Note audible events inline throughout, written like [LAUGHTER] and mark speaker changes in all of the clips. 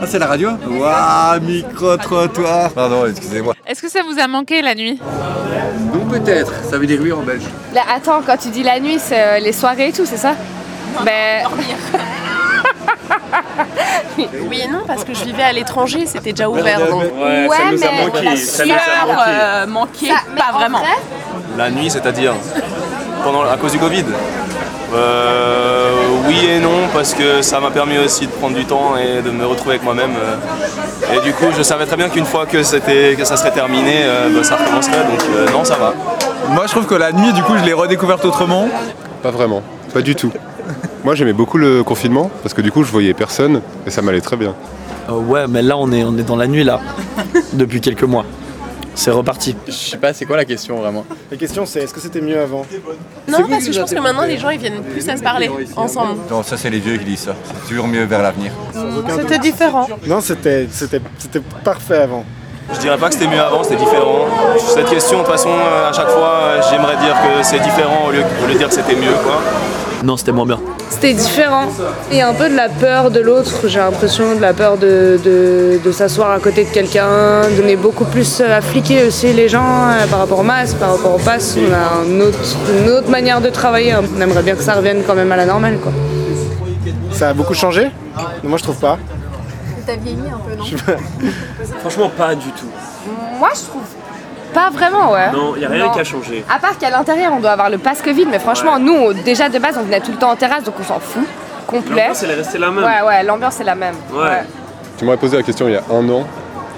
Speaker 1: Ah, c'est la radio Waouh, micro-trottoir Pardon, excusez-moi.
Speaker 2: Est-ce que ça vous a manqué la nuit
Speaker 1: Donc peut-être, ça veut dire oui en belge.
Speaker 3: Là, attends, quand tu dis la nuit, c'est euh, les soirées et tout, c'est ça Ben,
Speaker 4: Oui et non, parce que je vivais à l'étranger, c'était déjà ouvert. Donc.
Speaker 5: Ouais, ça
Speaker 3: Ouais,
Speaker 5: nous a
Speaker 3: mais
Speaker 5: manqué.
Speaker 3: la
Speaker 5: Ça nous a
Speaker 4: Heure,
Speaker 5: manqué.
Speaker 4: euh, manquée,
Speaker 3: ça- mais
Speaker 4: pas
Speaker 3: en
Speaker 4: vraiment.
Speaker 3: vrai,
Speaker 6: La nuit, c'est-à-dire pendant, à cause du Covid Euh, Oui et non, parce que ça m'a permis aussi de prendre du temps et de me retrouver avec moi-même. euh. Et du coup, je savais très bien qu'une fois que, c'était- que ça serait terminé, euh, bah, ça recommencerait. Donc euh, non, ça va.
Speaker 1: Moi, je trouve que la nuit, du coup, je l'ai redécouverte autrement.
Speaker 5: Pas vraiment, pas du tout. Moi j'aimais beaucoup le confinement parce que du coup je voyais personne et ça m'allait très bien.
Speaker 7: Euh, ouais, mais là on est, on est dans la nuit là, depuis quelques mois. C'est reparti.
Speaker 8: Je sais pas, c'est quoi la question vraiment
Speaker 9: La question c'est est-ce que c'était mieux avant
Speaker 4: Non, parce que je pense que maintenant les gens ils viennent plus à se parler ensemble.
Speaker 1: Non, ça, c'est les vieux qui disent ça. C'est toujours mieux vers l'avenir.
Speaker 4: C'était différent.
Speaker 9: Non, c'était c'était c'était parfait avant.
Speaker 6: Je dirais pas que c'était mieux avant, c'était différent. Cette question, de toute façon, euh, à chaque fois, euh, j'aimerais dire que c'est différent au lieu, au lieu de dire que c'était mieux. quoi.
Speaker 7: Non, c'était moins bien.
Speaker 10: C'était différent. Et un peu de la peur de l'autre, j'ai l'impression, de la peur de, de- de s'asseoir à côté de quelqu'un. On est beaucoup plus euh, affliqués aussi les gens euh, par rapport au masque, par rapport au pass. On a un autre- une autre manière de travailler. hein. On aimerait bien que ça revienne quand même à la normale. Quoi.
Speaker 9: Ça a beaucoup changé Non, Moi je trouve pas.
Speaker 3: T'as vieilli un peu, non
Speaker 8: Franchement, pas du tout.
Speaker 3: Moi, je trouve pas vraiment, ouais.
Speaker 8: Non, il a rien
Speaker 3: Non.
Speaker 8: qui a changé.
Speaker 3: À part qu'à l'intérieur, on doit avoir le passe Covid, mais franchement, nous, on- déjà de base, on venait tout le temps en terrasse, donc on s'en fout. Complet.
Speaker 8: L'ambiance, elle est restée la même.
Speaker 3: Ouais, ouais, l'ambiance est la même.
Speaker 8: Ouais.
Speaker 5: Tu m'aurais posé la question il y a un an,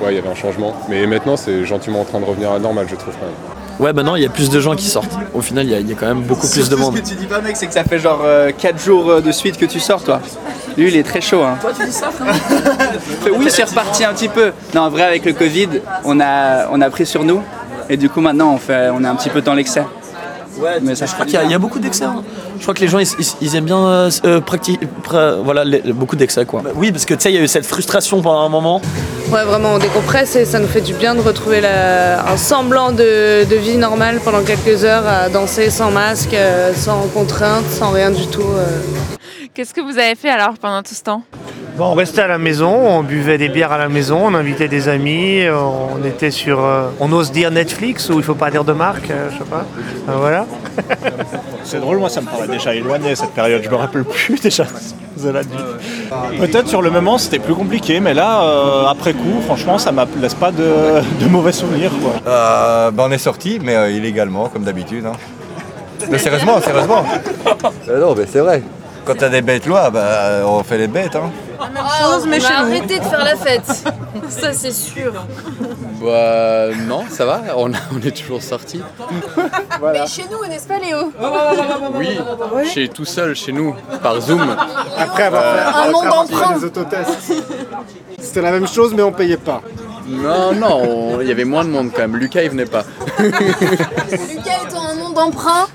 Speaker 5: ouais il y avait un changement, mais maintenant c'est gentiment en train de revenir à la normale je trouve quand même.
Speaker 7: Ouais, maintenant il y a plus de gens qui sortent. Au final, il y a- il y, a quand même beaucoup plus de monde.
Speaker 8: Ce que tu dis pas, mec, c'est que ça fait genre 4 jours euh, de suite que tu sors, toi. Lui, il est très chaud. Hein. Toi, tu dis ça, [LAUGHS] Oui, c'est reparti un petit peu. Non, en vrai, avec le Covid, on a, on a pris sur nous. Et du coup, maintenant, on, fait, on est un petit peu dans l'excès. mais ça, je
Speaker 7: Il y, a- il y a beaucoup d'excès. hein. Je crois que les gens ils, ils- ils aiment bien euh, s- euh, practi- pra- voilà, les- beaucoup d'excès quoi. Bah oui, parce que tu sais, il y a eu cette frustration pendant un moment.
Speaker 10: Ouais, vraiment, on décompresse et ça nous fait du bien de retrouver la- un semblant de, de vie normale pendant quelques heures à danser sans masque, euh, sans contrainte, sans rien du tout. euh.
Speaker 2: Qu'est-ce que vous avez fait alors pendant tout ce temps
Speaker 9: Bon, on restait à la maison, on buvait des bières à la maison, on invitait des amis, euh, on était sur, euh, on ose dire Netflix ou il faut pas dire de marque, euh, je sais pas. voilà.
Speaker 11: C'est drôle, moi ça me paraît déjà éloigné cette période, je me rappelle plus déjà de la nuit. Peut-être sur le moment c'était plus compliqué, mais là, euh, après coup, franchement, ça ne laisse pas de, de mauvais souvenirs. Quoi.
Speaker 1: Euh, ben, on est sorti, mais euh, illégalement, comme d'habitude. hein. Mais sérieusement,
Speaker 3: [LAUGHS]
Speaker 1: sérieusement. Euh, non, mais c'est vrai. Quand t'as des bêtes lois, bah, euh, on fait les bêtes. Hein.
Speaker 10: mais arrêtez de faire la fête. Ça, c'est sûr.
Speaker 8: Bah, non, ça va, on, on est toujours sorti.
Speaker 3: Mais chez nous, n'est-ce pas, Léo
Speaker 8: Oui, chez tout seul, chez nous, par Zoom.
Speaker 9: Après avoir fait,
Speaker 3: Un monde
Speaker 9: après avoir fait
Speaker 3: d'emprunt.
Speaker 9: des autotests. C'était la même chose mais on payait pas.
Speaker 8: Non, non, il y avait moins de monde quand même. Lucas, il venait pas.
Speaker 3: Lucas étant un nom d'emprunt.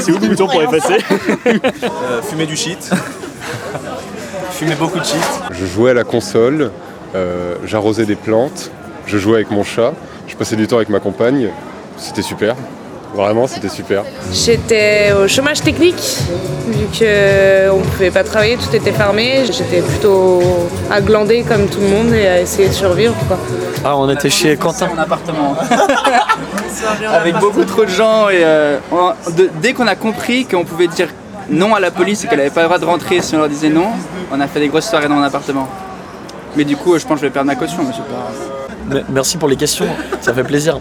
Speaker 11: C'est où le bouton pour effacer
Speaker 6: Euh, fumer du shit. [LAUGHS] fumer beaucoup de shit.
Speaker 5: Je jouais à la console, euh, j'arrosais des plantes, je jouais avec mon chat, je passais du temps avec ma compagne, c'était super. Vraiment, c'était super.
Speaker 10: J'étais au chômage technique, vu qu'on ne pouvait pas travailler, tout était fermé. J'étais plutôt à glander comme tout le monde et à essayer de survivre. Quoi.
Speaker 7: Ah, on était chez Quentin.
Speaker 8: Mon [LAUGHS] appartement. Avec beaucoup trop de gens et euh, on- de- dès qu'on a compris qu'on pouvait dire non à la police et qu'elle n'avait pas le droit de rentrer si on leur disait non, on a fait des grosses soirées dans mon appartement. Mais du coup, euh, je pense que je vais perdre ma caution, monsieur.
Speaker 7: Mais- Merci pour les questions, ça fait plaisir.